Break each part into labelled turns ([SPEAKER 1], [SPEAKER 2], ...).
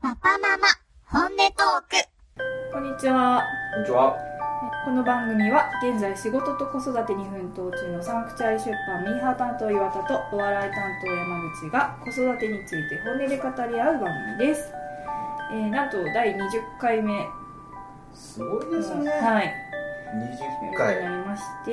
[SPEAKER 1] パパママ、本音トーク。
[SPEAKER 2] こんにちは。
[SPEAKER 3] こんにちは。
[SPEAKER 2] この番組は現在仕事と子育てに奮闘中のサンクチャイ出版ミーハー担当岩田とお笑い担当山口が子育てについて本音で語り合う番組です。えー、なんと第20回目の、
[SPEAKER 3] すごいですね。
[SPEAKER 2] はい、
[SPEAKER 3] 20
[SPEAKER 2] にな
[SPEAKER 3] 回。
[SPEAKER 2] りまして、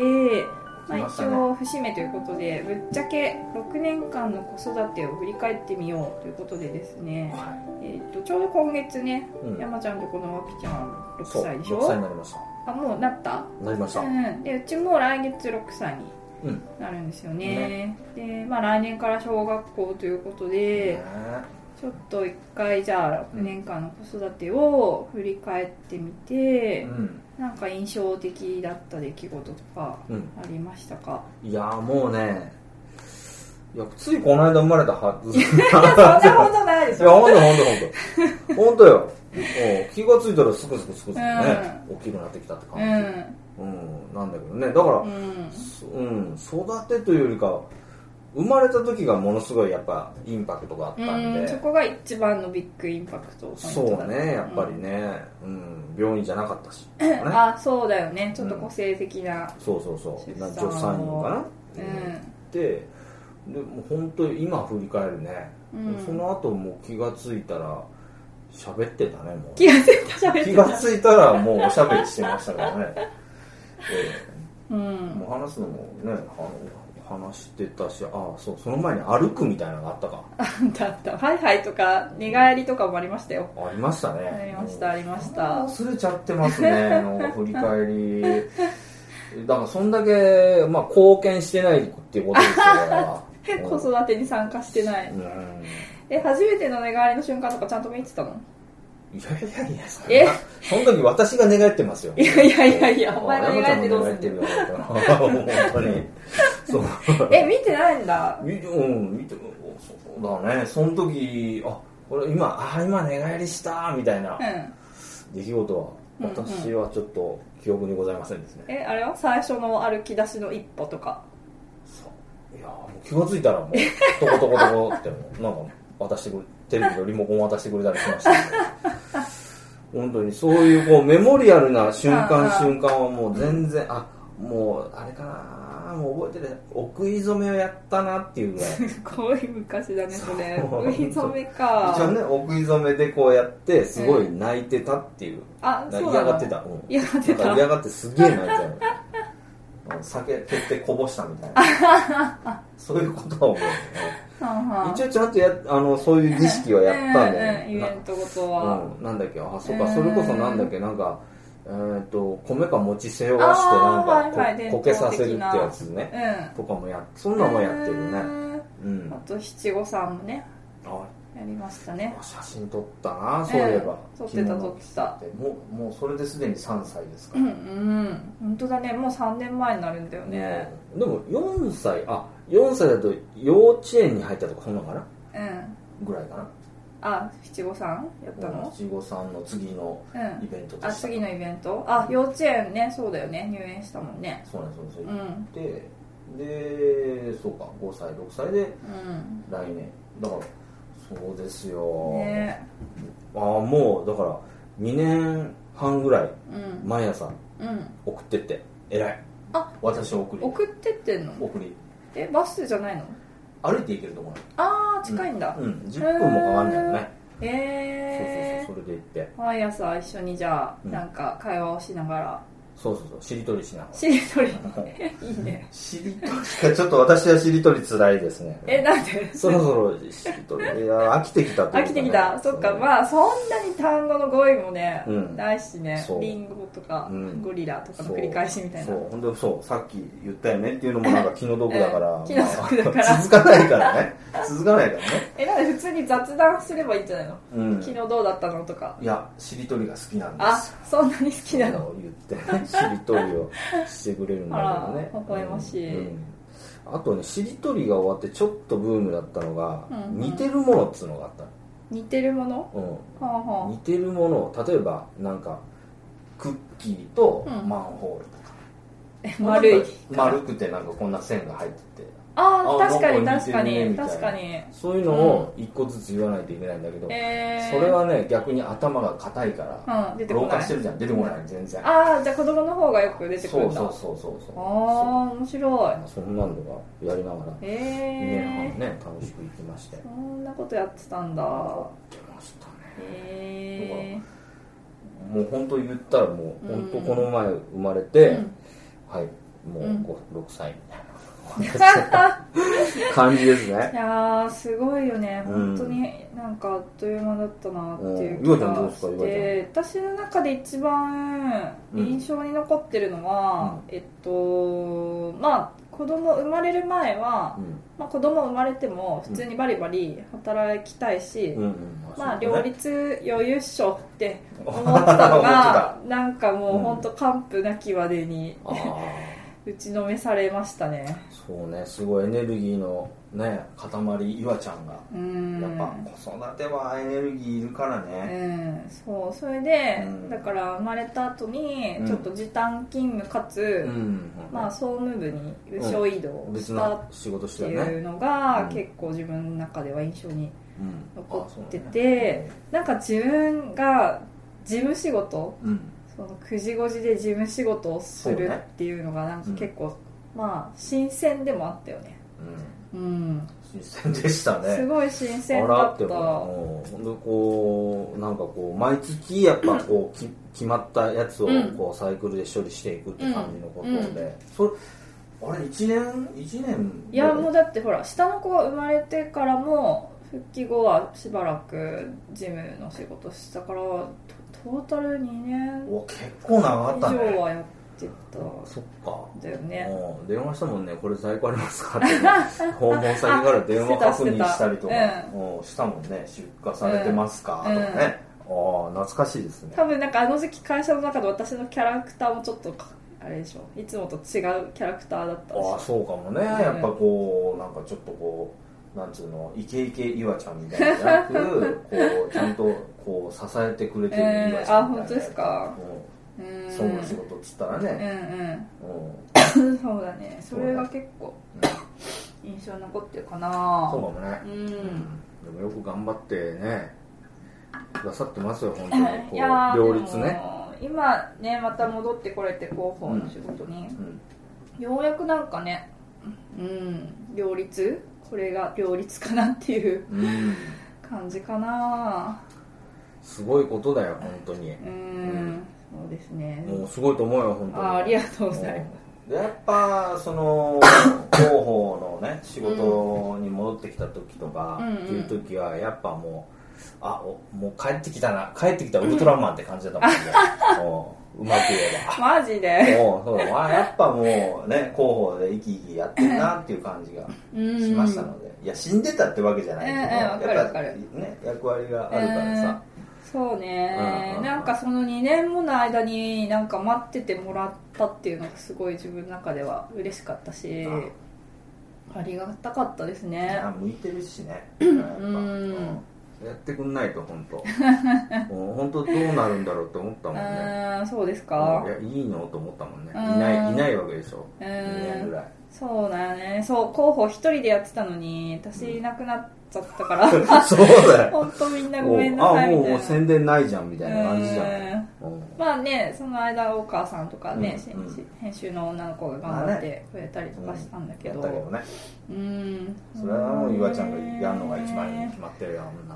[SPEAKER 2] まあ、
[SPEAKER 3] 来ました
[SPEAKER 2] 一
[SPEAKER 3] ね
[SPEAKER 2] 応節目ということでぶっちゃけ6年間の子育てを振り返ってみようということでですね、
[SPEAKER 3] は
[SPEAKER 2] えー、とちょうど今月ね、
[SPEAKER 3] うん
[SPEAKER 2] 山ちゃんとこのわきちゃん6
[SPEAKER 3] そう、
[SPEAKER 2] 歳でし
[SPEAKER 3] 6歳に
[SPEAKER 2] ょ
[SPEAKER 3] なりまし
[SPEAKER 2] あもうなった
[SPEAKER 3] た。なりました。
[SPEAKER 2] うん、でうちも来月6歳に
[SPEAKER 3] うん。
[SPEAKER 2] なるんですよねでまあ来年から小学校ということで、
[SPEAKER 3] ね
[SPEAKER 2] ちょっと一回じゃあ6年間の子育てを振り返ってみて、
[SPEAKER 3] うん。
[SPEAKER 2] なんか印象的だった出来事とか
[SPEAKER 3] うん。
[SPEAKER 2] ありましたか、
[SPEAKER 3] いやーもうね、いや、ついこの間生まれたはず。いや、
[SPEAKER 2] そんなことないでしょ
[SPEAKER 3] ほんとほんとほんと。ほんとよ。もう気がついたらすくすくすくすくね、大きくなってきたって
[SPEAKER 2] う
[SPEAKER 3] 感じ。
[SPEAKER 2] ん
[SPEAKER 3] うん。なんだけどね。だから、
[SPEAKER 2] うん
[SPEAKER 3] そうん、育てというよりか、生まれた時がものすごいやっぱインパクトがあったんで。
[SPEAKER 2] うんそこが一番のビッグインパクトポイントだ
[SPEAKER 3] そうねやっぱりね、うん病院じゃなかったし、ね、
[SPEAKER 2] うんあそうだよねちょっと個性的な
[SPEAKER 3] そうそうそう
[SPEAKER 2] 出
[SPEAKER 3] な
[SPEAKER 2] 産
[SPEAKER 3] 助産院かな、ででもう本当に今振り返るね、
[SPEAKER 2] うん、うん、
[SPEAKER 3] その後もう気がついたら喋ってたねもう
[SPEAKER 2] 気がついた喋ってた
[SPEAKER 3] 気がついたらもうおしゃべりしてましたからね、
[SPEAKER 2] う
[SPEAKER 3] ええも
[SPEAKER 2] ん
[SPEAKER 3] う話すのもねあの話してたしああそうその前に歩くみたいなのがあったか
[SPEAKER 2] だったハイハイとか寝返りとかもありましたよ
[SPEAKER 3] ありましたね
[SPEAKER 2] ありましたありました
[SPEAKER 3] 忘れちゃってま すね、なんか振り返り。だから、そんだけ、まあ、貢献してないっていうことで すよ、
[SPEAKER 2] 子育てに参加してない、
[SPEAKER 3] うん。
[SPEAKER 2] え初めての寝返りの瞬間とかちゃんと見てたの
[SPEAKER 3] いやいやいや、そん
[SPEAKER 2] え
[SPEAKER 3] な、その時私が寝返ってますよ。
[SPEAKER 2] いやいやいやいやお前が寝返ってどうすんの
[SPEAKER 3] 山ちゃんも寝返ってる よ、本当に。そう。
[SPEAKER 2] え見てないんだ
[SPEAKER 3] 見て、うん、見て、おそうだね。その時、あ、これ今、あ、今寝返りした、みたいな
[SPEAKER 2] うん
[SPEAKER 3] 出来事は、
[SPEAKER 2] うんうん
[SPEAKER 3] 私はちょっと記憶にございませんですね。
[SPEAKER 2] えあれは最初の歩き出しの一歩とか
[SPEAKER 3] そういやーもう気がついたらもうトコトコトコってもうなんか渡してくれテレビのリモコン渡してくれたりしましたけど本当にそういうこうメモリアルな瞬
[SPEAKER 2] あ
[SPEAKER 3] 間
[SPEAKER 2] ー
[SPEAKER 3] 瞬間はもう全然あもうあれかなもう覚えてるお食い初めをやったなっていうぐらい
[SPEAKER 2] すごい昔だねそれ
[SPEAKER 3] そう
[SPEAKER 2] 食い初めか
[SPEAKER 3] 一応ねお食い初めでこうやってすごい泣いてたっていう、
[SPEAKER 2] あ
[SPEAKER 3] な
[SPEAKER 2] そう
[SPEAKER 3] 嫌
[SPEAKER 2] なの
[SPEAKER 3] がってた、うん
[SPEAKER 2] 嫌がってた
[SPEAKER 3] なんか嫌がってすげえ泣いちゃううん酒蹴ってこぼしたみたいな そういうことは思うよね
[SPEAKER 2] はんはん
[SPEAKER 3] 一応ちゃんとやあのそういう儀式はやった
[SPEAKER 2] う
[SPEAKER 3] んだよ、
[SPEAKER 2] んうんイベントごとは、
[SPEAKER 3] うん、なんだっけあそう
[SPEAKER 2] う
[SPEAKER 3] か
[SPEAKER 2] ん
[SPEAKER 3] それこそなんだっけなんかえーっと米か餅背負わしてなん
[SPEAKER 2] あー
[SPEAKER 3] か、
[SPEAKER 2] はいはい
[SPEAKER 3] ここけさせるってやつね
[SPEAKER 2] うん
[SPEAKER 3] とかもやそんなもんやってるねう
[SPEAKER 2] うん
[SPEAKER 3] ん
[SPEAKER 2] あと七五三もね
[SPEAKER 3] あ
[SPEAKER 2] やりましたね
[SPEAKER 3] 写真撮ったなそういえば、
[SPEAKER 2] うん撮ってた
[SPEAKER 3] 着物
[SPEAKER 2] 撮ってた
[SPEAKER 3] でもうもうそれですでに3歳ですか
[SPEAKER 2] う
[SPEAKER 3] ら
[SPEAKER 2] ん、うん本当だねもう3年前になるんだよね
[SPEAKER 3] でも4歳あ4歳だと幼稚園に入ったとかそんなのかな
[SPEAKER 2] うん
[SPEAKER 3] ぐらいかな
[SPEAKER 2] あ七五三やったの
[SPEAKER 3] 七五三の次の
[SPEAKER 2] う
[SPEAKER 3] イ
[SPEAKER 2] ん
[SPEAKER 3] ベントで
[SPEAKER 2] あ
[SPEAKER 3] した
[SPEAKER 2] 次のイベントあ幼稚園ねそうだよね入園したもんね
[SPEAKER 3] そうなんですそうなんです、
[SPEAKER 2] うん
[SPEAKER 3] ででそうか5歳6歳で
[SPEAKER 2] うん
[SPEAKER 3] 来年だからそうですよ、
[SPEAKER 2] ね
[SPEAKER 3] ああもうだから2年半ぐらい
[SPEAKER 2] うん
[SPEAKER 3] 毎朝
[SPEAKER 2] うん
[SPEAKER 3] 送ってって偉い
[SPEAKER 2] あ
[SPEAKER 3] 私を送り
[SPEAKER 2] 送ってってんの
[SPEAKER 3] 送り
[SPEAKER 2] えバスじゃないの
[SPEAKER 3] 歩いて行けると思う
[SPEAKER 2] ああ近いんだ
[SPEAKER 3] うん10分もかかんないよね
[SPEAKER 2] へえ
[SPEAKER 3] そうそうそうそれで行って
[SPEAKER 2] 毎朝一緒にじゃあ
[SPEAKER 3] うん
[SPEAKER 2] なんか会話をしながら
[SPEAKER 3] そうそうそうしりとりしながら
[SPEAKER 2] しりと り
[SPEAKER 3] うん
[SPEAKER 2] いいね
[SPEAKER 3] しりとり がちょっと私はしりとりつらいですね
[SPEAKER 2] えなんで
[SPEAKER 3] そろそろしりとりいや飽きてきたというかね
[SPEAKER 2] 飽きてきたそっかまあそんなに単語の語彙もね、
[SPEAKER 3] うん
[SPEAKER 2] ないしね
[SPEAKER 3] そう
[SPEAKER 2] リンゴとか、
[SPEAKER 3] うん
[SPEAKER 2] ゴリラとかの繰り返しみたいな
[SPEAKER 3] そうそうほんでそうさっき言ったよねっていうのもなんか気の毒だから、
[SPEAKER 2] うん 気の毒だから
[SPEAKER 3] まあ続かないからね続かないからね、
[SPEAKER 2] えなんで普通に雑談すればいいんじゃないの、
[SPEAKER 3] うん、
[SPEAKER 2] 昨日どうだったのとか
[SPEAKER 3] いやしりとりが好きなんで
[SPEAKER 2] あ
[SPEAKER 3] す
[SPEAKER 2] そんなに好きなの
[SPEAKER 3] そう言ってねしりとりをしてくれるん だけどね
[SPEAKER 2] あら微笑ましい
[SPEAKER 3] うんあとねしりとりが終わってちょっとブームだったのが、
[SPEAKER 2] うんうん
[SPEAKER 3] 似てるものっつうのがあった
[SPEAKER 2] 似てるもの
[SPEAKER 3] の、うん、
[SPEAKER 2] はあは
[SPEAKER 3] 似てるものを例えばなんかクッキーとマンホールとか、
[SPEAKER 2] あえ丸い
[SPEAKER 3] 丸くてなんかこんな線が入ってて
[SPEAKER 2] ああ確かに
[SPEAKER 3] なん
[SPEAKER 2] 確か
[SPEAKER 3] 似てるね
[SPEAKER 2] に
[SPEAKER 3] みたいな
[SPEAKER 2] 確かに
[SPEAKER 3] そういうのを一個ずつ言わないといけないんだけど、
[SPEAKER 2] えー、
[SPEAKER 3] それはね逆に頭が硬いから、
[SPEAKER 2] うん出てこ
[SPEAKER 3] 老
[SPEAKER 2] な
[SPEAKER 3] 化
[SPEAKER 2] い
[SPEAKER 3] してるじゃん出てこない全然
[SPEAKER 2] ああじゃあ子供の方がよく出てく
[SPEAKER 3] そ
[SPEAKER 2] る
[SPEAKER 3] うん
[SPEAKER 2] だ
[SPEAKER 3] そうそうそうそう
[SPEAKER 2] ああ面白い
[SPEAKER 3] そんなのがやりながら2
[SPEAKER 2] え
[SPEAKER 3] 年
[SPEAKER 2] え
[SPEAKER 3] 半ね楽しく行きまして
[SPEAKER 2] そんなことやってたんだ
[SPEAKER 3] 行ってましたね
[SPEAKER 2] え
[SPEAKER 3] もう本当言ったらもう
[SPEAKER 2] うん
[SPEAKER 3] 本当この前生まれ
[SPEAKER 2] え
[SPEAKER 3] て、
[SPEAKER 2] ー
[SPEAKER 3] はいもう
[SPEAKER 2] うん
[SPEAKER 3] 5 6歳みたいな
[SPEAKER 2] うん、
[SPEAKER 3] 感じですね
[SPEAKER 2] いやーすごいよね
[SPEAKER 3] う
[SPEAKER 2] 本
[SPEAKER 3] ん
[SPEAKER 2] 当になんかあっという間だったなっていう
[SPEAKER 3] うん
[SPEAKER 2] 気
[SPEAKER 3] ゆうちゃんどう
[SPEAKER 2] が
[SPEAKER 3] ですか
[SPEAKER 2] し
[SPEAKER 3] ゆ
[SPEAKER 2] て私の中で一番
[SPEAKER 3] うん
[SPEAKER 2] 印象に残ってるのは、えっとまあ子供生まれる前は、
[SPEAKER 3] うん
[SPEAKER 2] まあ、子供生まれても普通にバリバリ働きたいし、
[SPEAKER 3] うんうん
[SPEAKER 2] まあ
[SPEAKER 3] そうだ
[SPEAKER 2] 両
[SPEAKER 3] ね
[SPEAKER 2] 立余裕っしょって 思ってたのがなんかもう本当完膚なきまでに
[SPEAKER 3] ああ
[SPEAKER 2] 打ちのめされましたね
[SPEAKER 3] そうねすごいエネルギーのね塊岩ちゃんが
[SPEAKER 2] うーん
[SPEAKER 3] やっぱ子育てはエネルギーいるから
[SPEAKER 2] う
[SPEAKER 3] ね、
[SPEAKER 2] んそうそれで、
[SPEAKER 3] うん
[SPEAKER 2] だから生まれた後に
[SPEAKER 3] うん
[SPEAKER 2] ちょっと時短勤務かつ、
[SPEAKER 3] ん
[SPEAKER 2] まあ、総務部に部署移動
[SPEAKER 3] 別
[SPEAKER 2] したっ
[SPEAKER 3] の仕事しててたよ
[SPEAKER 2] い
[SPEAKER 3] ね
[SPEAKER 2] うのが
[SPEAKER 3] うん
[SPEAKER 2] 結構自分の中では印象に
[SPEAKER 3] うん
[SPEAKER 2] 残って
[SPEAKER 3] あそう
[SPEAKER 2] てなんか自分が事務仕事
[SPEAKER 3] うん
[SPEAKER 2] その9時5時で事務仕事をするっていうのがなんか結構、まあ新鮮でもあったよね
[SPEAKER 3] うん
[SPEAKER 2] うん
[SPEAKER 3] 新鮮でしたね
[SPEAKER 2] すごい新鮮
[SPEAKER 3] あ
[SPEAKER 2] だ
[SPEAKER 3] ら
[SPEAKER 2] っ
[SPEAKER 3] って
[SPEAKER 2] た
[SPEAKER 3] もうほんとこうなんかこう毎月やっぱこうき決まったやつを
[SPEAKER 2] うん
[SPEAKER 3] こうサイクルで処理していくって感じのことで、
[SPEAKER 2] うんうん
[SPEAKER 3] それあれ1年一年
[SPEAKER 2] いやもうだってほら下の子が生まれてからも復帰後はしばらく事務の仕事したからトトータル2年
[SPEAKER 3] お結構長か
[SPEAKER 2] 以
[SPEAKER 3] った
[SPEAKER 2] 上
[SPEAKER 3] ね
[SPEAKER 2] はやってた
[SPEAKER 3] そっか
[SPEAKER 2] んだよね
[SPEAKER 3] うん電話したもんねこれ在庫ありますかって訪問先から電話確認したり
[SPEAKER 2] してたして
[SPEAKER 3] とか
[SPEAKER 2] た
[SPEAKER 3] うんしたもんね出荷されてますか、
[SPEAKER 2] うん
[SPEAKER 3] とかねああ懐かしいですね
[SPEAKER 2] 多分なんかあの時期会社の中で私のキャラクターもちょっとかあれでしょいつもと違うキャラクターだったでし
[SPEAKER 3] ああ
[SPEAKER 2] ょ
[SPEAKER 3] そうかもねやっぱこうなんかちょっとこうなんつうのイケイケイワちゃんみたいなのじゃ なくこうちゃんとこう支えてくれてるイワちゃんみたいな、
[SPEAKER 2] えーあ本当ですかう
[SPEAKER 3] うん
[SPEAKER 2] ん
[SPEAKER 3] そんな仕事っつったら
[SPEAKER 2] うん
[SPEAKER 3] ね、
[SPEAKER 2] うん
[SPEAKER 3] うん
[SPEAKER 2] そうだねそれが結構印象に残ってるかな
[SPEAKER 3] そうかもね
[SPEAKER 2] う、
[SPEAKER 3] でもよく頑張ってねくださってますよ本当にこ
[SPEAKER 2] ん
[SPEAKER 3] う
[SPEAKER 2] いやー
[SPEAKER 3] 両立
[SPEAKER 2] で
[SPEAKER 3] ね、
[SPEAKER 2] も今ねまた戻ってこれて広報の仕事に、
[SPEAKER 3] うん、
[SPEAKER 2] ようやくなんかねうん両立これが両立かなっていう
[SPEAKER 3] うん、
[SPEAKER 2] 感じかな
[SPEAKER 3] すごいことだよ本当に
[SPEAKER 2] うん、
[SPEAKER 3] ん
[SPEAKER 2] そうですね
[SPEAKER 3] もうすごいと思うよ本当に
[SPEAKER 2] あーありがとうございます
[SPEAKER 3] でやっぱその広報のね仕事に戻ってきた時とか
[SPEAKER 2] うん
[SPEAKER 3] っていう時はやっぱもうあおもう帰ってきたな帰ってきたウルトラマンって感じだったもんね、 うんうまく言え
[SPEAKER 2] マジで
[SPEAKER 3] ばもうそうだわあやっぱもうね広報で生き生きやってるなっていう感じが
[SPEAKER 2] うん
[SPEAKER 3] しましたので、いや死んでたってわけじゃない
[SPEAKER 2] うんうんわか
[SPEAKER 3] けど、
[SPEAKER 2] る
[SPEAKER 3] や
[SPEAKER 2] わ
[SPEAKER 3] っぱ
[SPEAKER 2] かる
[SPEAKER 3] ね役割があるからさ、
[SPEAKER 2] そうね、
[SPEAKER 3] うんうんうん
[SPEAKER 2] なんかその2年もの間になんか待っててもらったっていうのがすごい自分の中では嬉しかったしありがたかったですね
[SPEAKER 3] あ向いてるしねやっぱ
[SPEAKER 2] うん
[SPEAKER 3] やってくんないと本 当もう本当どうなるんだろうって思った
[SPEAKER 2] う
[SPEAKER 3] もんね
[SPEAKER 2] ーんそうですか
[SPEAKER 3] いやいいのと思ったもんねい
[SPEAKER 2] うん
[SPEAKER 3] ないいないわけでしょ
[SPEAKER 2] うん
[SPEAKER 3] 2年ぐらい
[SPEAKER 2] そうだよねそう候補一人でやってたのに私いなくなっちゃったから
[SPEAKER 3] そうだ よ
[SPEAKER 2] 本当みんなご
[SPEAKER 3] もう
[SPEAKER 2] めんな
[SPEAKER 3] あ
[SPEAKER 2] さい
[SPEAKER 3] も
[SPEAKER 2] み
[SPEAKER 3] うも
[SPEAKER 2] たいな
[SPEAKER 3] う宣伝ないじゃんみたいな感じじゃん
[SPEAKER 2] うん
[SPEAKER 3] うん
[SPEAKER 2] まあねその間大川さんとかね、
[SPEAKER 3] うんうん
[SPEAKER 2] 編集編集の女の子が頑張ってくれたりとかしたんだけ
[SPEAKER 3] や
[SPEAKER 2] ど、
[SPEAKER 3] ったけどね
[SPEAKER 2] うん
[SPEAKER 3] それはもう岩ちゃんがやるのが一番いいに決まってるよ女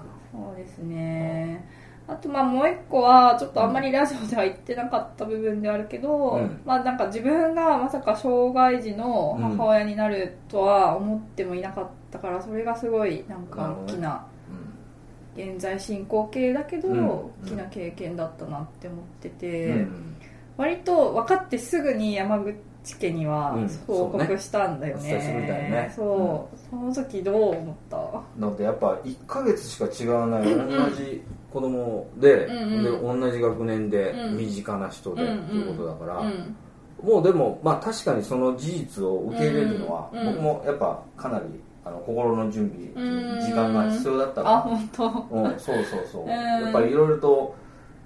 [SPEAKER 2] そうですねあとまあもう一個はちょっとあんまりラジオでは言ってなかった部分ではあるけど、
[SPEAKER 3] うん
[SPEAKER 2] まあなんか自分がまさか障害児の母親になるとは思ってもいなかったからそれがすごいなんか大きな現在進行形だけど
[SPEAKER 3] うん
[SPEAKER 2] 大きな経験だったなって思ってて、
[SPEAKER 3] うんうん
[SPEAKER 2] 割と分かってすぐに山口家には
[SPEAKER 3] うん
[SPEAKER 2] 報告したんだよね,、
[SPEAKER 3] そうねお伝えするんだよね
[SPEAKER 2] そう、その時どう思った
[SPEAKER 3] だってやっぱ1ヶ月しか違わない同じ子供で,、
[SPEAKER 2] うん
[SPEAKER 3] で同じ学年で
[SPEAKER 2] うん
[SPEAKER 3] 身近な人でって
[SPEAKER 2] うん
[SPEAKER 3] いうことだから、
[SPEAKER 2] うん
[SPEAKER 3] もうでも、まあ、確かにその事実を受け入れるのは、
[SPEAKER 2] うん
[SPEAKER 3] 僕もやっぱかなりあの心の準備、
[SPEAKER 2] うん
[SPEAKER 3] 時間が必要だった
[SPEAKER 2] あ
[SPEAKER 3] か
[SPEAKER 2] 本当
[SPEAKER 3] ら、うん、そうそうそう、
[SPEAKER 2] うん
[SPEAKER 3] やっぱりいろいろと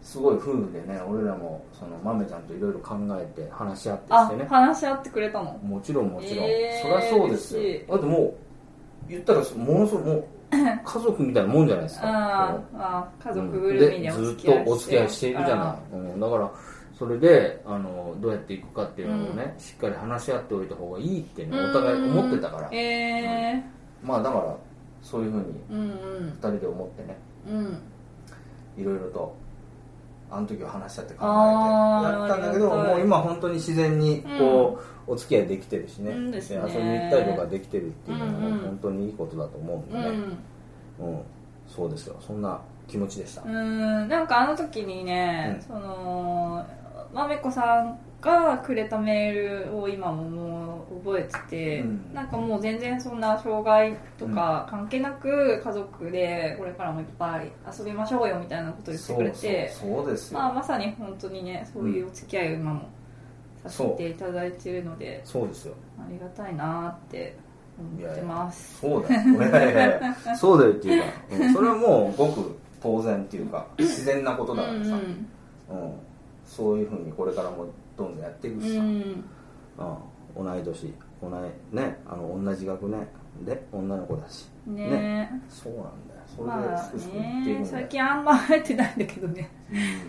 [SPEAKER 3] すごい夫婦でね俺らもその豆ちゃんといろいろ考えて話し合って
[SPEAKER 2] あ
[SPEAKER 3] してね
[SPEAKER 2] 話し合ってくれたの
[SPEAKER 3] もちろんもちろん、
[SPEAKER 2] えー
[SPEAKER 3] そりゃそうですよ
[SPEAKER 2] 嬉しい
[SPEAKER 3] だってもう言ったらものすごいも う家族みたいなもんじゃないですか
[SPEAKER 2] あーあー家
[SPEAKER 3] この
[SPEAKER 2] 族
[SPEAKER 3] う
[SPEAKER 2] ぐ
[SPEAKER 3] ん
[SPEAKER 2] るみ
[SPEAKER 3] で
[SPEAKER 2] で
[SPEAKER 3] ず
[SPEAKER 2] お
[SPEAKER 3] っ
[SPEAKER 2] 付き合い
[SPEAKER 3] とお付き合いしているじゃない、うん、だからそれであのどうやっていくかっていうのをね、しっかり話し合っておいた方がいいってね
[SPEAKER 2] うん
[SPEAKER 3] お互い思ってたから、
[SPEAKER 2] え
[SPEAKER 3] まあだからそういうふうに
[SPEAKER 2] ー、うん
[SPEAKER 3] 2人で思ってね
[SPEAKER 2] うんうん
[SPEAKER 3] いろいろとあの時は話し合って考
[SPEAKER 2] あ
[SPEAKER 3] えて
[SPEAKER 2] ー
[SPEAKER 3] やったんだけど
[SPEAKER 2] ありがたい
[SPEAKER 3] もう今本当に自然にこう、お付き合いできてるしね,、
[SPEAKER 2] うんですね
[SPEAKER 3] 遊びに行ったりとかできてるっていうのは、
[SPEAKER 2] うんうん
[SPEAKER 3] 本当にいいことだと思うん
[SPEAKER 2] う
[SPEAKER 3] でね、
[SPEAKER 2] ん
[SPEAKER 3] うんそうですよそんな気持ちでした、
[SPEAKER 2] うんなんかあの時にね、
[SPEAKER 3] うん
[SPEAKER 2] そのまめこさんがくれたメールを今ももう覚えてて、
[SPEAKER 3] うん
[SPEAKER 2] なんかもう全然そんな障害とか関係なく家族でこれからもいっぱい遊びましょうよみたいなことを言って
[SPEAKER 3] そ
[SPEAKER 2] くれ
[SPEAKER 3] う
[SPEAKER 2] て
[SPEAKER 3] そうそうですよ、
[SPEAKER 2] まあ、まさに本当にねそういうお付き合いを今もさせていただいているので、
[SPEAKER 3] そうですよ
[SPEAKER 2] ありがたいなーって思ってます
[SPEAKER 3] そうだよ いやいやいやそうだよっていうか、うんそれはもうごく当然っていうか自然なことだからさ、
[SPEAKER 2] うん
[SPEAKER 3] うんそういうふうにこれからもどんどんやっていく
[SPEAKER 2] う
[SPEAKER 3] しさ、
[SPEAKER 2] ん
[SPEAKER 3] うん、同い年同いねあの同じ学年で女の子だし
[SPEAKER 2] うんね
[SPEAKER 3] そうなんだよそ
[SPEAKER 2] まあ
[SPEAKER 3] れですくすくいっていく
[SPEAKER 2] ね
[SPEAKER 3] んだよ
[SPEAKER 2] 最、近あんま入ってないんだけどね、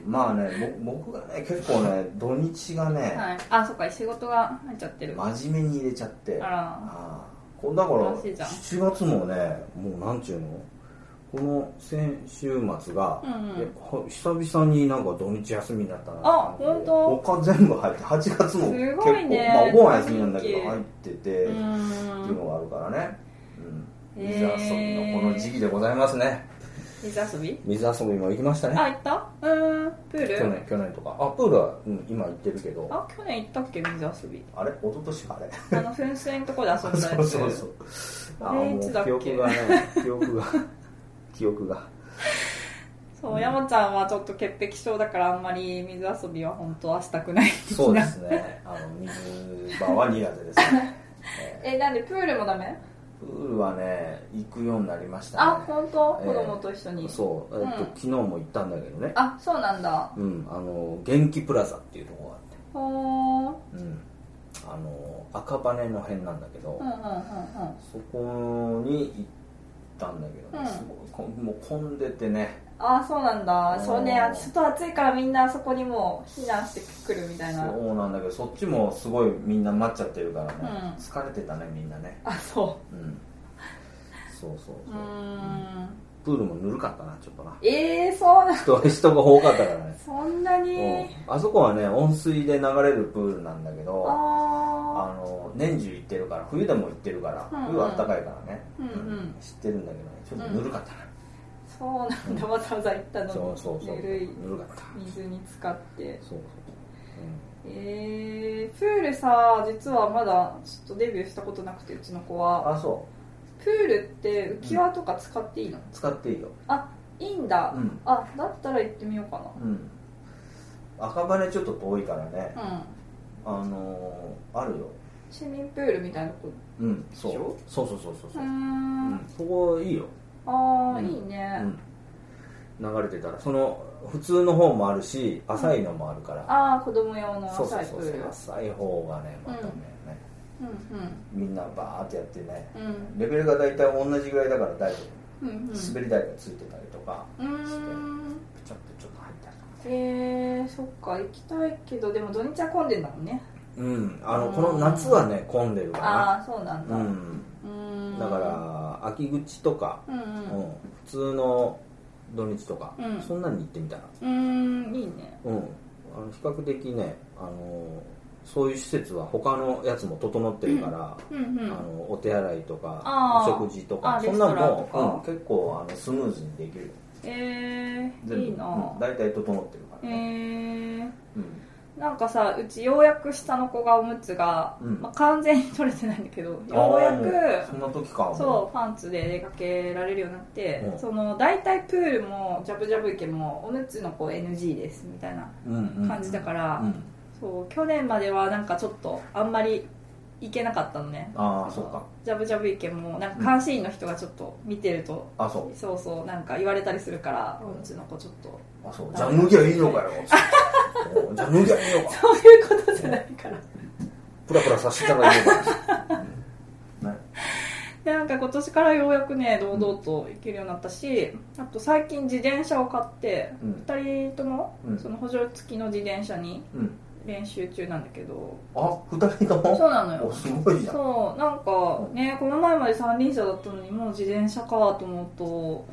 [SPEAKER 3] うんまあねぼ僕がね結構ね土日がね、
[SPEAKER 2] はい、あそっか仕事が入っちゃってるあ
[SPEAKER 3] 真面目に入れちゃって
[SPEAKER 2] ら
[SPEAKER 3] ああこうだから
[SPEAKER 2] 楽しいじゃん
[SPEAKER 3] 7月もねもうなんちゅうのこの先週末が、
[SPEAKER 2] うんうん
[SPEAKER 3] やっぱ久々になんか土日休みになったな
[SPEAKER 2] あ
[SPEAKER 3] って感じで
[SPEAKER 2] ほん
[SPEAKER 3] 他全部入って8月も
[SPEAKER 2] す
[SPEAKER 3] 結
[SPEAKER 2] ご
[SPEAKER 3] 構、
[SPEAKER 2] いね
[SPEAKER 3] まあお盆は休みなんだけど入ってて、
[SPEAKER 2] う
[SPEAKER 3] って
[SPEAKER 2] ん
[SPEAKER 3] いうのがあるからね、うん
[SPEAKER 2] へ
[SPEAKER 3] 水遊
[SPEAKER 2] え
[SPEAKER 3] びのこの時期でございますね
[SPEAKER 2] 水遊び
[SPEAKER 3] 水遊びも行きました
[SPEAKER 2] あ
[SPEAKER 3] ね
[SPEAKER 2] 行ったうんプール
[SPEAKER 3] 去年去年とかあプールは、うん、今行ってるけどあ
[SPEAKER 2] あ去年行ったっけ水遊び
[SPEAKER 3] れ一昨年かあれ
[SPEAKER 2] あの噴水のとこで遊んだやつ
[SPEAKER 3] そうそうそうあ
[SPEAKER 2] あれいつだっけ
[SPEAKER 3] もう記憶がね記 憶が記憶が
[SPEAKER 2] そう山ちゃんはちょっと潔癖症だからあんまり水遊びは本当はしたくない的
[SPEAKER 3] そうで
[SPEAKER 2] な
[SPEAKER 3] すね。あの水場は苦手ですね。え
[SPEAKER 2] えなんでプールもダメ
[SPEAKER 3] ープールはね行くようになりましたね。
[SPEAKER 2] あ本当
[SPEAKER 3] え
[SPEAKER 2] 子
[SPEAKER 3] え
[SPEAKER 2] 供と一緒に、
[SPEAKER 3] そう、えっと
[SPEAKER 2] うん
[SPEAKER 3] 昨日も行ったんだけどね。
[SPEAKER 2] あそうなんだ
[SPEAKER 3] うん、あの元気プラザっていうところが
[SPEAKER 2] ほー
[SPEAKER 3] あって、うん、あの赤羽の辺なんだけど、
[SPEAKER 2] うんうんうん
[SPEAKER 3] そこに行ったんだけど
[SPEAKER 2] う
[SPEAKER 3] ね、
[SPEAKER 2] ん
[SPEAKER 3] すごいこもう混んでてね。
[SPEAKER 2] ああそうなんだ
[SPEAKER 3] うん
[SPEAKER 2] そうねちょっと暑いからみんなあそこにもう避難してくるみたいな
[SPEAKER 3] そうなんだけど、そっちもすごいみんな待っちゃってるからね。
[SPEAKER 2] うん
[SPEAKER 3] 疲れてたねみんなね。
[SPEAKER 2] あそ
[SPEAKER 3] うん。そうそう
[SPEAKER 2] う
[SPEAKER 3] そう
[SPEAKER 2] ー
[SPEAKER 3] う。
[SPEAKER 2] ん
[SPEAKER 3] プールもぬるかったなちょっとな。
[SPEAKER 2] ええそうな
[SPEAKER 3] 人 人が多かったからね
[SPEAKER 2] そんなに、
[SPEAKER 3] うんあそこはね温水で流れるプールなんだけどあ
[SPEAKER 2] ああ
[SPEAKER 3] の年中行ってるから冬でも行ってるから、
[SPEAKER 2] うんうん
[SPEAKER 3] 冬は暖かいからね、
[SPEAKER 2] うんうん
[SPEAKER 3] 知ってるんだけどねちょっとぬるかったな、
[SPEAKER 2] そうなんだわざわざ行ったのに
[SPEAKER 3] そうそうそう
[SPEAKER 2] ぬるい
[SPEAKER 3] ぬるかった
[SPEAKER 2] 水に浸かって
[SPEAKER 3] そうそう
[SPEAKER 2] えー、プールさ実はまだちょっとデビューしたことなくてうちの子
[SPEAKER 3] そう、うん、
[SPEAKER 2] は
[SPEAKER 3] あそ
[SPEAKER 2] プールって浮き輪とか使っていいの、
[SPEAKER 3] う使っていいよ
[SPEAKER 2] あいいんだ、
[SPEAKER 3] うん
[SPEAKER 2] あだったら行ってみようか
[SPEAKER 3] うん赤羽ちょっと遠いからね、
[SPEAKER 2] なうん
[SPEAKER 3] あのーあるよ
[SPEAKER 2] 市民プールみたいなとこ
[SPEAKER 3] うんそ
[SPEAKER 2] でしょ
[SPEAKER 3] うそうそうそうそう
[SPEAKER 2] う
[SPEAKER 3] そ
[SPEAKER 2] ー
[SPEAKER 3] う、
[SPEAKER 2] ん
[SPEAKER 3] うん、そこいいよ
[SPEAKER 2] ああ、
[SPEAKER 3] うん
[SPEAKER 2] いいね、
[SPEAKER 3] うん、流れてたらその普通の方もあるし浅いのもあるから、
[SPEAKER 2] ああ子供用の
[SPEAKER 3] そうそ
[SPEAKER 2] 浅
[SPEAKER 3] う
[SPEAKER 2] いプ
[SPEAKER 3] そ
[SPEAKER 2] ー
[SPEAKER 3] う
[SPEAKER 2] ル
[SPEAKER 3] そう浅い方がねまたね,、ね
[SPEAKER 2] うん
[SPEAKER 3] みんなバーってやってね
[SPEAKER 2] うん
[SPEAKER 3] レベルが大体同じぐらいだから大丈
[SPEAKER 2] うんうん
[SPEAKER 3] 夫、滑り台がついてたりとか
[SPEAKER 2] うんうーん
[SPEAKER 3] プチャってちょっと入ったりとか
[SPEAKER 2] えー、そっか行きたいけどでも土日は混んでんだもんね
[SPEAKER 3] うんあの
[SPEAKER 2] うん
[SPEAKER 3] この夏はね混んでる
[SPEAKER 2] あ
[SPEAKER 3] か
[SPEAKER 2] あそうなんだ
[SPEAKER 3] な
[SPEAKER 2] う
[SPEAKER 3] う
[SPEAKER 2] ー
[SPEAKER 3] ん
[SPEAKER 2] ん
[SPEAKER 3] だから秋口とか、
[SPEAKER 2] うんう
[SPEAKER 3] うん
[SPEAKER 2] ん
[SPEAKER 3] 普通の土日とか、
[SPEAKER 2] うん
[SPEAKER 3] そんなに行ってみたら
[SPEAKER 2] うーんいいね
[SPEAKER 3] うん、あの比較的ね、あのそういう施設は他のやつも整ってるから、
[SPEAKER 2] うんう
[SPEAKER 3] あ
[SPEAKER 2] ん
[SPEAKER 3] のお手洗いとか
[SPEAKER 2] あー
[SPEAKER 3] お食事とか
[SPEAKER 2] あー
[SPEAKER 3] そんなの
[SPEAKER 2] レストランと
[SPEAKER 3] も
[SPEAKER 2] か、
[SPEAKER 3] うん結構あのスムーズにできる
[SPEAKER 2] えー、いいな
[SPEAKER 3] うん大体整ってるか
[SPEAKER 2] え
[SPEAKER 3] らね、
[SPEAKER 2] ー
[SPEAKER 3] うん
[SPEAKER 2] なんかさうちようやく下の子がおむつが、
[SPEAKER 3] うん
[SPEAKER 2] まあ、完全に取れてないんだけどようや
[SPEAKER 3] あーもう
[SPEAKER 2] く
[SPEAKER 3] そんな時か
[SPEAKER 2] そうパンツで出かけられるようになって、
[SPEAKER 3] うん
[SPEAKER 2] その大体プールもジャブジャブ池もおむつの子 NG ですみたいな
[SPEAKER 3] う、うんうん、
[SPEAKER 2] 感じだから、
[SPEAKER 3] うん
[SPEAKER 2] そう去年まではなんかちょっとあんまり行けなかったのね
[SPEAKER 3] ああそうか
[SPEAKER 2] ジャブジャブ池もなんか監視員の人がちょっと見てると、
[SPEAKER 3] あそう
[SPEAKER 2] そうそうなんか言われたりするから、
[SPEAKER 3] う
[SPEAKER 2] うんちの子ちょっと
[SPEAKER 3] あそうじゃあ脱ぎゃいいのかよ おうじゃあ脱ぎゃいいのか
[SPEAKER 2] そういうことじゃないから
[SPEAKER 3] プラプラさせたらいいのか、うんね、
[SPEAKER 2] でなんか今年からようやくね堂々と行けるようになったしあと最近自転車を買って、
[SPEAKER 3] うん
[SPEAKER 2] 二2人とも
[SPEAKER 3] うん
[SPEAKER 2] その補助付きの自転車に
[SPEAKER 3] うん
[SPEAKER 2] 練習中なんだけど、
[SPEAKER 3] あ二人とも
[SPEAKER 2] そうなの
[SPEAKER 3] お
[SPEAKER 2] よ
[SPEAKER 3] すごいじゃん
[SPEAKER 2] そうなんかねこの前まで三輪車だったのにもう自転車かと思うと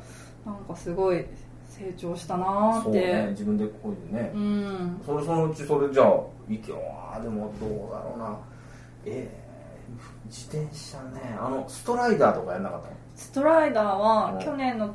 [SPEAKER 2] なんかすごい成長したなー
[SPEAKER 3] そ
[SPEAKER 2] っ
[SPEAKER 3] う
[SPEAKER 2] て
[SPEAKER 3] ね自分でこういうね、
[SPEAKER 2] うん
[SPEAKER 3] それそのうちそれじゃあいけあーでもどうだろうなえー、自転車ねあのストライダーとかやんなかったの
[SPEAKER 2] ストライダー
[SPEAKER 3] うん
[SPEAKER 2] は去年の、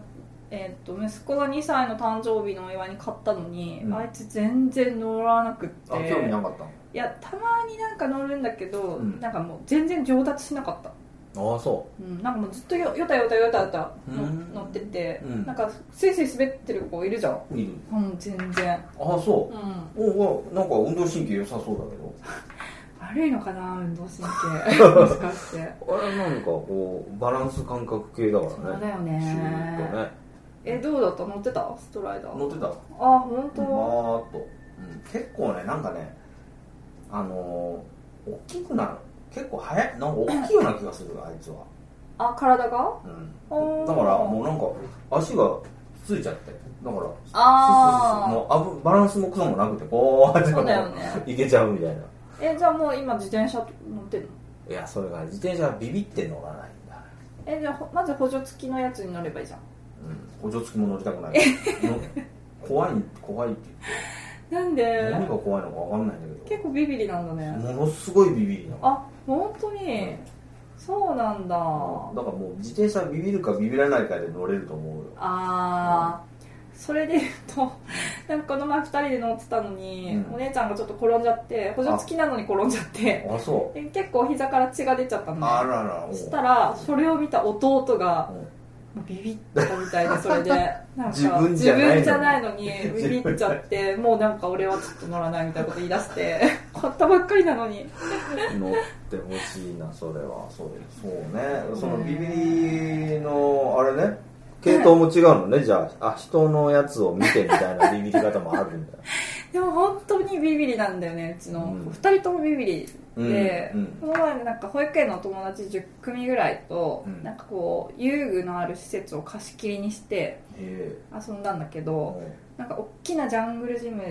[SPEAKER 2] えー、と息子が2歳の誕生日のお祝いに買ったのに、
[SPEAKER 3] うん
[SPEAKER 2] あいつ全然乗らなくって
[SPEAKER 3] あ、興味なかった
[SPEAKER 2] いやたまになんか乗るんだけど、
[SPEAKER 3] うん
[SPEAKER 2] なんかもう全然上達しなかった、
[SPEAKER 3] のああそ
[SPEAKER 2] うん、なんかもうずっとよよたよたよたよたの
[SPEAKER 3] うん
[SPEAKER 2] 乗ってて、
[SPEAKER 3] うん
[SPEAKER 2] なんかスイスイ滑ってる子いるじゃん
[SPEAKER 3] ういる
[SPEAKER 2] うん全然、、
[SPEAKER 3] ああそううんおうおうなんか運動神経良さそうだけど
[SPEAKER 2] 悪いのかな運動神 経もしかして
[SPEAKER 3] あれなんかこうバランス感覚系だか
[SPEAKER 2] そうだ
[SPEAKER 3] らね
[SPEAKER 2] よ
[SPEAKER 3] シュ
[SPEAKER 2] ね
[SPEAKER 3] ーッとね
[SPEAKER 2] えどうだった乗ってたストライダ
[SPEAKER 3] 乗
[SPEAKER 2] ー
[SPEAKER 3] ってた
[SPEAKER 2] あ本
[SPEAKER 3] バー
[SPEAKER 2] 当。
[SPEAKER 3] っと、うん、結構ねなんかねあのー、大きくなる結構早いなんか大きいような気がするあいつは
[SPEAKER 2] あ体が
[SPEAKER 3] うん、
[SPEAKER 2] おー
[SPEAKER 3] だからもうなんか足がついちゃってだから
[SPEAKER 2] あー
[SPEAKER 3] もうあぶバランスもクソもなくてこうやって
[SPEAKER 2] そうだよね
[SPEAKER 3] いけちゃうみたいな
[SPEAKER 2] えじゃあもう今自転車乗ってるの
[SPEAKER 3] いやそれがね自転車はビビって乗らないんだ、
[SPEAKER 2] えじゃあほまず補助付きのやつに乗ればいいじゃん
[SPEAKER 3] うん、補助付きも乗りたくない の怖い怖いって
[SPEAKER 2] なん
[SPEAKER 3] 言って何
[SPEAKER 2] で
[SPEAKER 3] が怖いのか分かんないんだけ
[SPEAKER 2] 結構ビビリなんだ
[SPEAKER 3] ど
[SPEAKER 2] ね
[SPEAKER 3] ものすごいビビりなの
[SPEAKER 2] あ本当に、そうなんだ、
[SPEAKER 3] だからもう自転車ビビるかビビらないかで乗れると思うよ
[SPEAKER 2] あーそれで言うと なんかこの前2人で乗ってたのに、
[SPEAKER 3] うん
[SPEAKER 2] お姉ちゃんがちょっと転んじゃって補助付きなのに転んじゃって
[SPEAKER 3] あそ
[SPEAKER 2] で結構膝から血が出ちゃった
[SPEAKER 3] う
[SPEAKER 2] の
[SPEAKER 3] あ
[SPEAKER 2] ね
[SPEAKER 3] ららおう
[SPEAKER 2] そしたらそれを見た弟が
[SPEAKER 3] うん
[SPEAKER 2] ビビったみたいでそれ でなんか
[SPEAKER 3] 自分じゃないのに
[SPEAKER 2] 自分じゃないのにビビっちゃってもうなんか俺はちょっと乗らないみたいなこと言い出して 買ったばっかりなのに
[SPEAKER 3] 乗ってほしいなそれはそうそうねそのビビりのあれね系統も違うのねじゃああ人のやつを見てみたいなビビり方もある んだよ
[SPEAKER 2] でも本当にビビリなんだよねうちの、
[SPEAKER 3] うん
[SPEAKER 2] 2人ともビビリで、
[SPEAKER 3] うんうん
[SPEAKER 2] この前なんか保育園の友達10組ぐらいと、
[SPEAKER 3] うん
[SPEAKER 2] なんかこう遊具のある施設を貸し切りにして
[SPEAKER 3] へ
[SPEAKER 2] 遊んだんだけ
[SPEAKER 3] え
[SPEAKER 2] ど、なんか大きなジャングルジム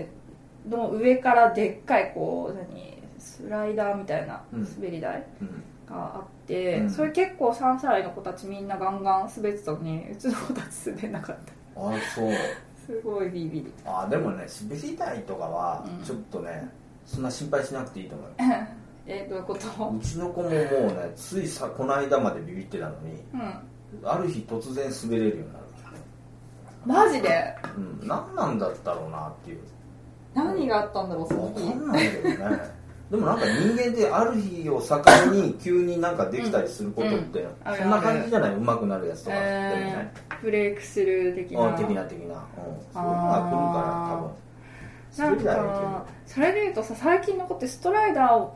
[SPEAKER 2] の上からでっかいこう何スライダーみたいな
[SPEAKER 3] うん
[SPEAKER 2] 滑り台
[SPEAKER 3] うん
[SPEAKER 2] があって、
[SPEAKER 3] うん
[SPEAKER 2] それ結構3歳の子たちみんなガンガン滑ってたのにうちの子たち滑んなかった
[SPEAKER 3] あそう
[SPEAKER 2] すごいビビリ
[SPEAKER 3] あでもね滑り台とかは
[SPEAKER 2] うん
[SPEAKER 3] ちょっとね、そんな心配しなくていいと 思う
[SPEAKER 2] えどういうこと
[SPEAKER 3] うちの子ももうねついさこの間までビビってたのに
[SPEAKER 2] うん
[SPEAKER 3] ある日突然滑れるようになる
[SPEAKER 2] マジで
[SPEAKER 3] うん何なんだったろうなっていう
[SPEAKER 2] 何があったんだろうそ
[SPEAKER 3] わ
[SPEAKER 2] の
[SPEAKER 3] か
[SPEAKER 2] 日
[SPEAKER 3] んないけどね でもなんか人間である日を境に急になんかできたりすることって、
[SPEAKER 2] んあるある
[SPEAKER 3] そんな感じじゃない上手くなるやつとかってね
[SPEAKER 2] え、ーブレイクスルー的
[SPEAKER 3] う
[SPEAKER 2] なん
[SPEAKER 3] 的な的な、うん、そういうのが来
[SPEAKER 2] な
[SPEAKER 3] る
[SPEAKER 2] ん
[SPEAKER 3] から多分滑
[SPEAKER 2] かそれでいうとさ最近の子ってストライダーを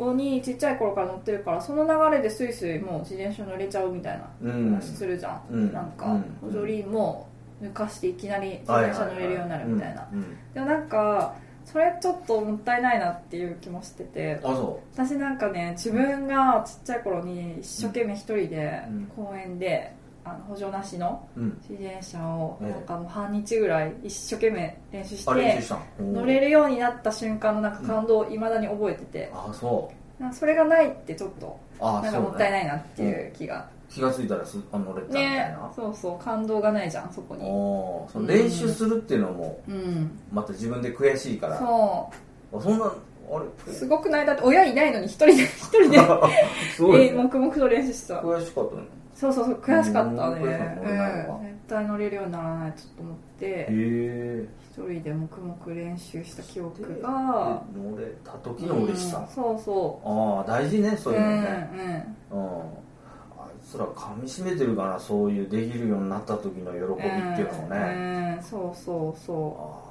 [SPEAKER 2] をにちっちゃい頃から乗ってるからその流れでスイスイもう自転車乗れちゃうみたいな
[SPEAKER 3] りだいけどうん
[SPEAKER 2] 話するじゃん、
[SPEAKER 3] うん
[SPEAKER 2] なんか、
[SPEAKER 3] うん
[SPEAKER 2] 補助輪も抜かしていきなり自転車乗れるようになるみたいな、
[SPEAKER 3] はははうんうん
[SPEAKER 2] でもなんかそれちょっともったいないなっていう気もしてて
[SPEAKER 3] あそ
[SPEAKER 2] 私なんかね自分がちっちゃい頃に一生懸命一人で
[SPEAKER 3] うん
[SPEAKER 2] 公園であの補助なしの
[SPEAKER 3] う、うん、
[SPEAKER 2] 自転車を
[SPEAKER 3] ええ
[SPEAKER 2] なんかもう半日ぐらい一生懸命練習し
[SPEAKER 3] あれ練習
[SPEAKER 2] て
[SPEAKER 3] したん
[SPEAKER 2] 乗れるようになった瞬間のなんか感動をいまだに覚えてて
[SPEAKER 3] あそう
[SPEAKER 2] なんかそれがないってちょっと
[SPEAKER 3] あ
[SPEAKER 2] なん
[SPEAKER 3] そ
[SPEAKER 2] か
[SPEAKER 3] う、ね、
[SPEAKER 2] もったいないなっていう気が
[SPEAKER 3] 気がついたらすあ乗れたみたいな、
[SPEAKER 2] ねそうそう感動がないじゃんそこ
[SPEAKER 3] お
[SPEAKER 2] に
[SPEAKER 3] ーその練習するっていうのも
[SPEAKER 2] うん
[SPEAKER 3] また自分で悔しいから、
[SPEAKER 2] そ
[SPEAKER 3] あそんなあれ
[SPEAKER 2] うすごくないだって親いないのに一人で一人で
[SPEAKER 3] すごい、
[SPEAKER 2] えー黙々と練習してた
[SPEAKER 3] 悔しかったね
[SPEAKER 2] そうそうそう悔しかったね
[SPEAKER 3] うん悔しかった乗れないの
[SPEAKER 2] う
[SPEAKER 3] か
[SPEAKER 2] ん絶対乗れるようにならないとと思って
[SPEAKER 3] へえ
[SPEAKER 2] 一人で黙々練習した記憶が
[SPEAKER 3] 乗れた時の嬉し
[SPEAKER 2] う
[SPEAKER 3] さ
[SPEAKER 2] ん、そうそ
[SPEAKER 3] ああ大事ね
[SPEAKER 2] う
[SPEAKER 3] そういうのね
[SPEAKER 2] うんうん
[SPEAKER 3] うん、あいつら噛みしめてるからそういうできるようになった時の喜びっていうのもね、
[SPEAKER 2] うんうんそうそうそ
[SPEAKER 3] ああ
[SPEAKER 2] う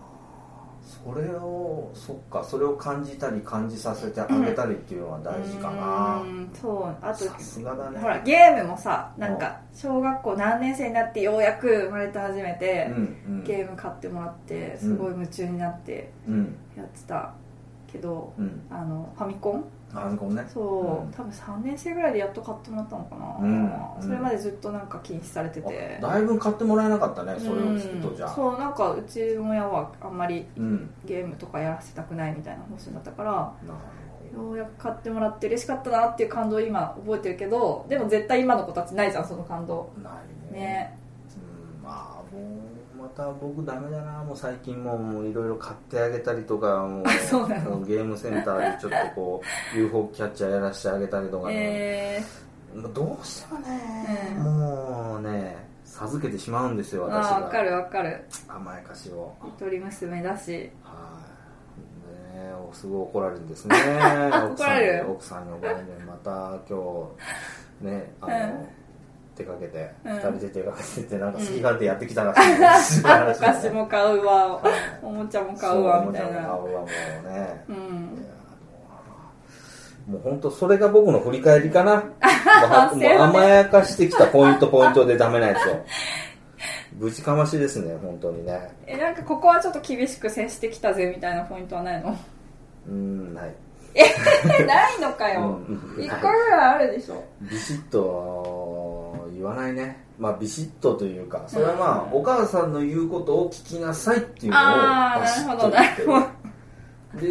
[SPEAKER 3] それをそっかそれを感じたり感じさせてあげたりっていうのは大事かな、
[SPEAKER 2] うんそうあと
[SPEAKER 3] さすがだね
[SPEAKER 2] ほらゲームもさなんか小学校何年生になってようやく生まれて初めて
[SPEAKER 3] うん、うん
[SPEAKER 2] ゲーム買ってもらってすごい夢中になって
[SPEAKER 3] うん
[SPEAKER 2] やってたけど、
[SPEAKER 3] うん
[SPEAKER 2] あのファミコン
[SPEAKER 3] あごめんね
[SPEAKER 2] そう、
[SPEAKER 3] うん
[SPEAKER 2] 多分3年生ぐらいでやっと買ってもらったのかな、
[SPEAKER 3] うん
[SPEAKER 2] それまでずっとなんか禁止されてて
[SPEAKER 3] あだいぶ買ってもらえなかったねそれを聞く
[SPEAKER 2] う
[SPEAKER 3] と
[SPEAKER 2] ん
[SPEAKER 3] じゃあ
[SPEAKER 2] そうなんかうちの親はあんまり
[SPEAKER 3] うん、
[SPEAKER 2] ゲームとかやらせたくないみたいな方針だったから
[SPEAKER 3] なる
[SPEAKER 2] ようやく買ってもらって嬉しかったなっていう感動を今覚えてるけどでも絶対今の子たちないじゃんその感動
[SPEAKER 3] ほどないね
[SPEAKER 2] ね
[SPEAKER 3] うんまあもうまた僕ダメだなもう最近もうもういろいろ買ってあげたりとかもう
[SPEAKER 2] そうなの
[SPEAKER 3] もうゲームセンターでちょっとこう UFO キャッチャーやらせてあげたりとかね、
[SPEAKER 2] え
[SPEAKER 3] もうどうしてもね、
[SPEAKER 2] うん
[SPEAKER 3] もうね授けてしまうんですよ
[SPEAKER 2] ー、
[SPEAKER 3] 私
[SPEAKER 2] ああ分か
[SPEAKER 3] が
[SPEAKER 2] る分かる
[SPEAKER 3] 甘やかしを
[SPEAKER 2] 一人娘だし
[SPEAKER 3] はいねえおすごい怒られる んですね
[SPEAKER 2] 怒
[SPEAKER 3] 奥さ
[SPEAKER 2] ら
[SPEAKER 3] ん
[SPEAKER 2] れ
[SPEAKER 3] に
[SPEAKER 2] る
[SPEAKER 3] 奥さんに怒られてまた今日ねあの、
[SPEAKER 2] うん
[SPEAKER 3] 出かけて、
[SPEAKER 2] うん
[SPEAKER 3] 二人で出かけててなんか好き勝手やってきたらしい です、
[SPEAKER 2] あお菓子も買うわ
[SPEAKER 3] はい
[SPEAKER 2] おもちゃも買うわみたいな
[SPEAKER 3] そうおもちゃの顔はもうね、
[SPEAKER 2] う
[SPEAKER 3] いや
[SPEAKER 2] ん
[SPEAKER 3] あのもう本当それが僕の振り返 りかなもうは
[SPEAKER 2] そうね
[SPEAKER 3] もう甘やかしてきたポイントポイントでダメなやつを ぶちかましですね本当にね
[SPEAKER 2] えなんかここはちょっと厳しく接してきたぜみたいなポイントはないの
[SPEAKER 3] うんない
[SPEAKER 2] えないのかよ
[SPEAKER 3] うん
[SPEAKER 2] 一個ぐらいあるでしょ
[SPEAKER 3] ビシッと言わないねまあビシッとというかそれはまあ、
[SPEAKER 2] う
[SPEAKER 3] お母さんの言うことを聞きなさいっていうのを
[SPEAKER 2] あー
[SPEAKER 3] バシッと言って
[SPEAKER 2] なるほ
[SPEAKER 3] で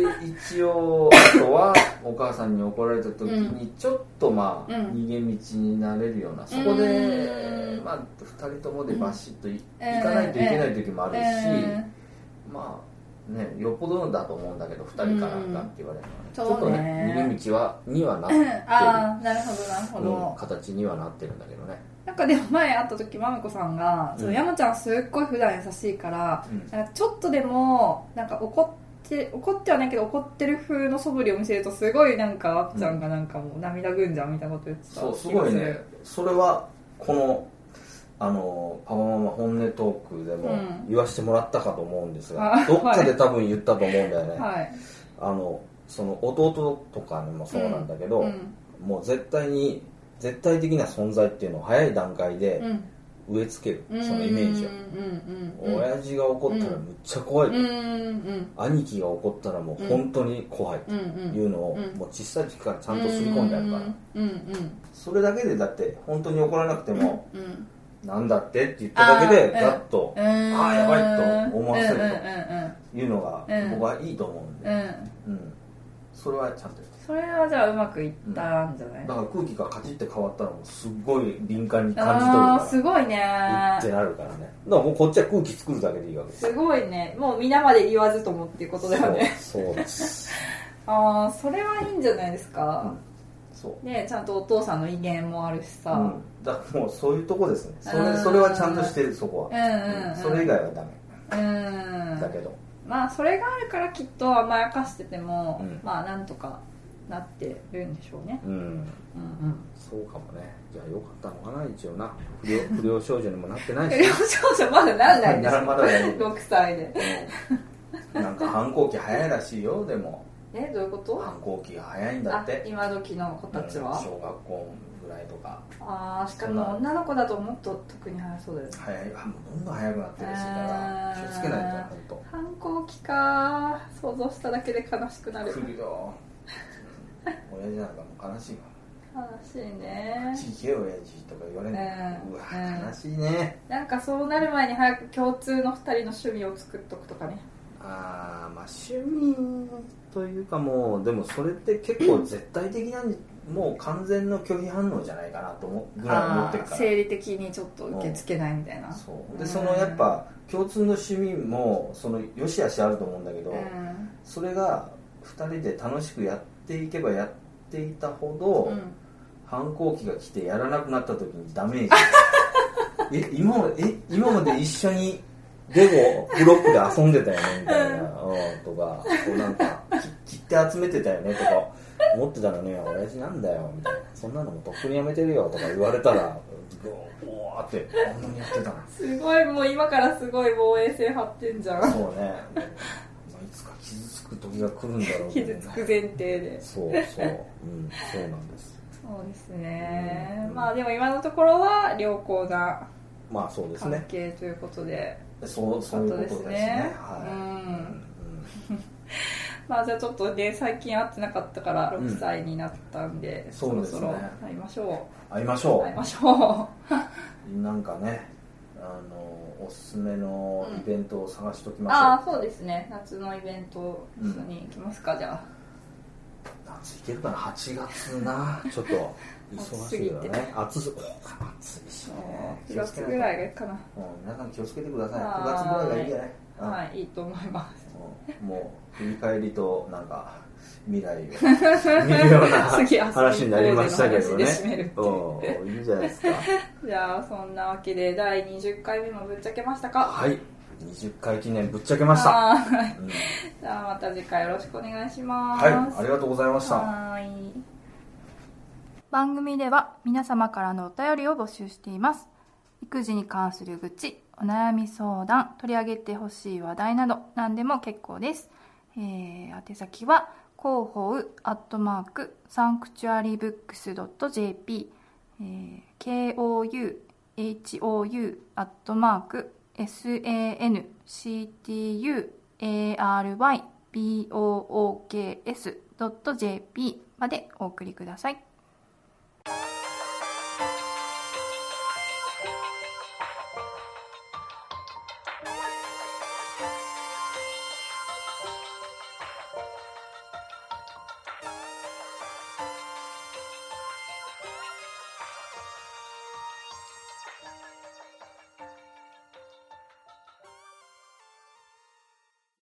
[SPEAKER 3] 一応あ とはお母さんに怒られた時にちょっとまあ、
[SPEAKER 2] うん
[SPEAKER 3] 逃げ道になれるようなそこで
[SPEAKER 2] うん
[SPEAKER 3] まあ2人ともでバシッとい,、
[SPEAKER 2] うん
[SPEAKER 3] かないといけない時もあるし、
[SPEAKER 2] うん
[SPEAKER 3] まあねよっぽどだと思うんだけど2人からなんかって言われるのはね、
[SPEAKER 2] ん
[SPEAKER 3] ちょっと
[SPEAKER 2] そう
[SPEAKER 3] ね
[SPEAKER 2] ね
[SPEAKER 3] 逃げ道はにはなってる
[SPEAKER 2] ああなるほどなるほ
[SPEAKER 3] うん
[SPEAKER 2] ど、
[SPEAKER 3] 形にはなってるんだけどね、
[SPEAKER 2] なんかでも前会った時まめこさんが、
[SPEAKER 3] うん
[SPEAKER 2] その山ちゃんすっごい普段優しいから
[SPEAKER 3] うん
[SPEAKER 2] なんかちょっとでもなんか怒って怒ってはないけど怒ってる風の素振りを見せるとすごいなんかわっちゃんがなんかもう涙ぐんじゃんみたいなこと言ってた
[SPEAKER 3] そうす
[SPEAKER 2] 気が
[SPEAKER 3] ごい
[SPEAKER 2] る
[SPEAKER 3] ねそれはこのあのパワママ本音トークでも
[SPEAKER 2] うん
[SPEAKER 3] 言わせてもらったかと思うんですが、
[SPEAKER 2] あ
[SPEAKER 3] どっかで多分言ったと思うんだよね、
[SPEAKER 2] はい
[SPEAKER 3] あのその弟とかにもそうなんだけど、
[SPEAKER 2] うん
[SPEAKER 3] もう絶対に絶対的な存在っていうのを早い段階で
[SPEAKER 2] うん
[SPEAKER 3] 植え付け
[SPEAKER 2] うん
[SPEAKER 3] る、そのイメージを
[SPEAKER 2] うん、うんうんうん
[SPEAKER 3] 親父が怒ったらむっちゃ怖い、
[SPEAKER 2] うんうん
[SPEAKER 3] 兄貴が怒ったらもう本当に怖い
[SPEAKER 2] うんうん
[SPEAKER 3] と
[SPEAKER 2] うん
[SPEAKER 3] いうのを、
[SPEAKER 2] うん
[SPEAKER 3] もう小さい時からちゃんとすり込んであるから、
[SPEAKER 2] うんうん
[SPEAKER 3] それだけでだって本当に怒らなくても、
[SPEAKER 2] うんうん
[SPEAKER 3] なんだってって言っただけで
[SPEAKER 2] あー
[SPEAKER 3] ガッと
[SPEAKER 2] うーん
[SPEAKER 3] あーやばいと思わせる
[SPEAKER 2] う
[SPEAKER 3] と
[SPEAKER 2] んうん
[SPEAKER 3] いうのが
[SPEAKER 2] うん
[SPEAKER 3] 僕はいいと思うん
[SPEAKER 2] うんう
[SPEAKER 3] で、
[SPEAKER 2] んうん
[SPEAKER 3] うん、それはちゃんとやって
[SPEAKER 2] それはじゃあうまくいったんじゃない、
[SPEAKER 3] だから空気がカチッて変わったらもうすっごい敏感に感じ取る
[SPEAKER 2] ああ
[SPEAKER 3] か
[SPEAKER 2] すごい
[SPEAKER 3] ら
[SPEAKER 2] ね
[SPEAKER 3] ってなるからねだからもうこっちは空気作るだけでいいわけです
[SPEAKER 2] すごいねもう皆まで言わずともっていうことだよね
[SPEAKER 3] そうそうです、
[SPEAKER 2] ああそれはいいんじゃないです
[SPEAKER 3] う
[SPEAKER 2] か
[SPEAKER 3] ん、そう、
[SPEAKER 2] ねちゃんとお父さんの威厳もあるし
[SPEAKER 3] う
[SPEAKER 2] さ、うん、
[SPEAKER 3] ん、だからもうそういうとこですねそ
[SPEAKER 2] あ
[SPEAKER 3] れ
[SPEAKER 2] ー
[SPEAKER 3] それはちゃんとしてるそこ
[SPEAKER 2] う
[SPEAKER 3] は、
[SPEAKER 2] んうん
[SPEAKER 3] うんそれ以外はダメ
[SPEAKER 2] うん
[SPEAKER 3] だけど、
[SPEAKER 2] まあそれがあるからきっと甘やかしてても、
[SPEAKER 3] うん
[SPEAKER 2] まあなんとかなってるんでしょうね
[SPEAKER 3] うん、
[SPEAKER 2] うんうん
[SPEAKER 3] そうかもねじゃあよかったのかな一応な不良不良少女にもなってない
[SPEAKER 2] 不
[SPEAKER 3] し
[SPEAKER 2] 良少女まだなんないんですよ
[SPEAKER 3] まだだ よ
[SPEAKER 2] 6歳で
[SPEAKER 3] うんなんか反抗期早いらしいよでも
[SPEAKER 2] えどういうこと
[SPEAKER 3] 反抗期が早いんだ
[SPEAKER 2] あ
[SPEAKER 3] って
[SPEAKER 2] 今時の子たちは、
[SPEAKER 3] うん小学校ぐらいとか
[SPEAKER 2] ああしかも女の子だともっと特に早そうだよね
[SPEAKER 3] 早いあもうどんどん早くなってるしだから
[SPEAKER 2] あ
[SPEAKER 3] 気
[SPEAKER 2] ー
[SPEAKER 3] をつけないと本
[SPEAKER 2] 反抗期か想像しただけで悲しくな
[SPEAKER 3] 当
[SPEAKER 2] る
[SPEAKER 3] 来るようん親父なんかもう悲しいわ
[SPEAKER 2] 悲しいね
[SPEAKER 3] 「ち行けよ親父」とか言われる
[SPEAKER 2] うん
[SPEAKER 3] うわ
[SPEAKER 2] うん
[SPEAKER 3] 悲しいね
[SPEAKER 2] なんかそうなる前に早く共通の2人の趣味を作っとくとかね
[SPEAKER 3] あーまあ趣味というかもうでもそれって結構絶対的なもう完全の拒否反応じゃないかなと思うぐらい思ってるか
[SPEAKER 2] あー
[SPEAKER 3] ら
[SPEAKER 2] 生理的にちょっと受け付けないみたいな
[SPEAKER 3] そう
[SPEAKER 2] う
[SPEAKER 3] で
[SPEAKER 2] ん
[SPEAKER 3] そのやっぱ共通の趣味もその良し悪しあると思うんだけど、
[SPEAKER 2] うん
[SPEAKER 3] それが2人で楽しくやっていけばやっていたほど、
[SPEAKER 2] うん
[SPEAKER 3] 反抗期が来てやらなくなった時にダメージ え今までえ今まで一緒にでもブロックで遊んでたよねみたいな、うん、とかこうなんかき切って集めてたよねとか思ってたのに親父なんだよみたいなそんなのもうとっくにやめてるよとか言われたらうわーってあんなにやってたの
[SPEAKER 2] すごいもう今からすごい防衛性張ってんじゃん
[SPEAKER 3] そうね。いつ傷つく時が来るんだろうけど
[SPEAKER 2] 傷
[SPEAKER 3] ね
[SPEAKER 2] つく前提で
[SPEAKER 3] そうそう、うん、そうなんです
[SPEAKER 2] そうですね、
[SPEAKER 3] うん
[SPEAKER 2] まあでも今のところは良好な
[SPEAKER 3] まあそうです
[SPEAKER 2] 関
[SPEAKER 3] ね
[SPEAKER 2] 係ということで
[SPEAKER 3] そうそういうことですねはい、
[SPEAKER 2] うん
[SPEAKER 3] うん
[SPEAKER 2] まあじゃあちょっとね最近会ってなかったから
[SPEAKER 3] うん
[SPEAKER 2] 6歳になったんで、そ
[SPEAKER 3] そう
[SPEAKER 2] ろ
[SPEAKER 3] です
[SPEAKER 2] そ
[SPEAKER 3] ね
[SPEAKER 2] ろ会いましょ
[SPEAKER 3] 会いまし
[SPEAKER 2] う
[SPEAKER 3] ょ
[SPEAKER 2] 会いましょ
[SPEAKER 3] うなんかねあのおすすめのイベントを探しとき
[SPEAKER 2] う
[SPEAKER 3] ましょう、
[SPEAKER 2] ああそうですね夏のイベント一緒に行きますか、じゃあ
[SPEAKER 3] 夏いけるかな8月なちょっと忙しいよね暑す暑いしね
[SPEAKER 2] 4月ぐらいがいいかな
[SPEAKER 3] うん皆さん気をつけてください
[SPEAKER 2] は
[SPEAKER 3] 9
[SPEAKER 2] ーい
[SPEAKER 3] 月ぐらいがいいんじゃないうん
[SPEAKER 2] はいいいと思います
[SPEAKER 3] うんもう振り返りとなんか未来を見るような
[SPEAKER 2] 次明日
[SPEAKER 3] 話になりましたけど
[SPEAKER 2] 神戸
[SPEAKER 3] ね
[SPEAKER 2] の話で締めるって
[SPEAKER 3] うんいいんじゃないですか
[SPEAKER 2] じゃあそんなわけで第20回目もぶっちゃけましたか
[SPEAKER 3] はい20回記念ぶっちゃけました、
[SPEAKER 2] はい
[SPEAKER 3] うん
[SPEAKER 2] じゃあまた次回よろしくお願いします
[SPEAKER 3] はいありがとうございました、
[SPEAKER 2] はい番組では皆様からのお便りを募集しています育児に関する愚痴お悩み相談取り上げてほしい話題など何でも結構です、えー宛先は広報アットマークサンクチュアリーブックス .jp、えー kouhou アットマーク sanctuarybooks.jp までお送りください。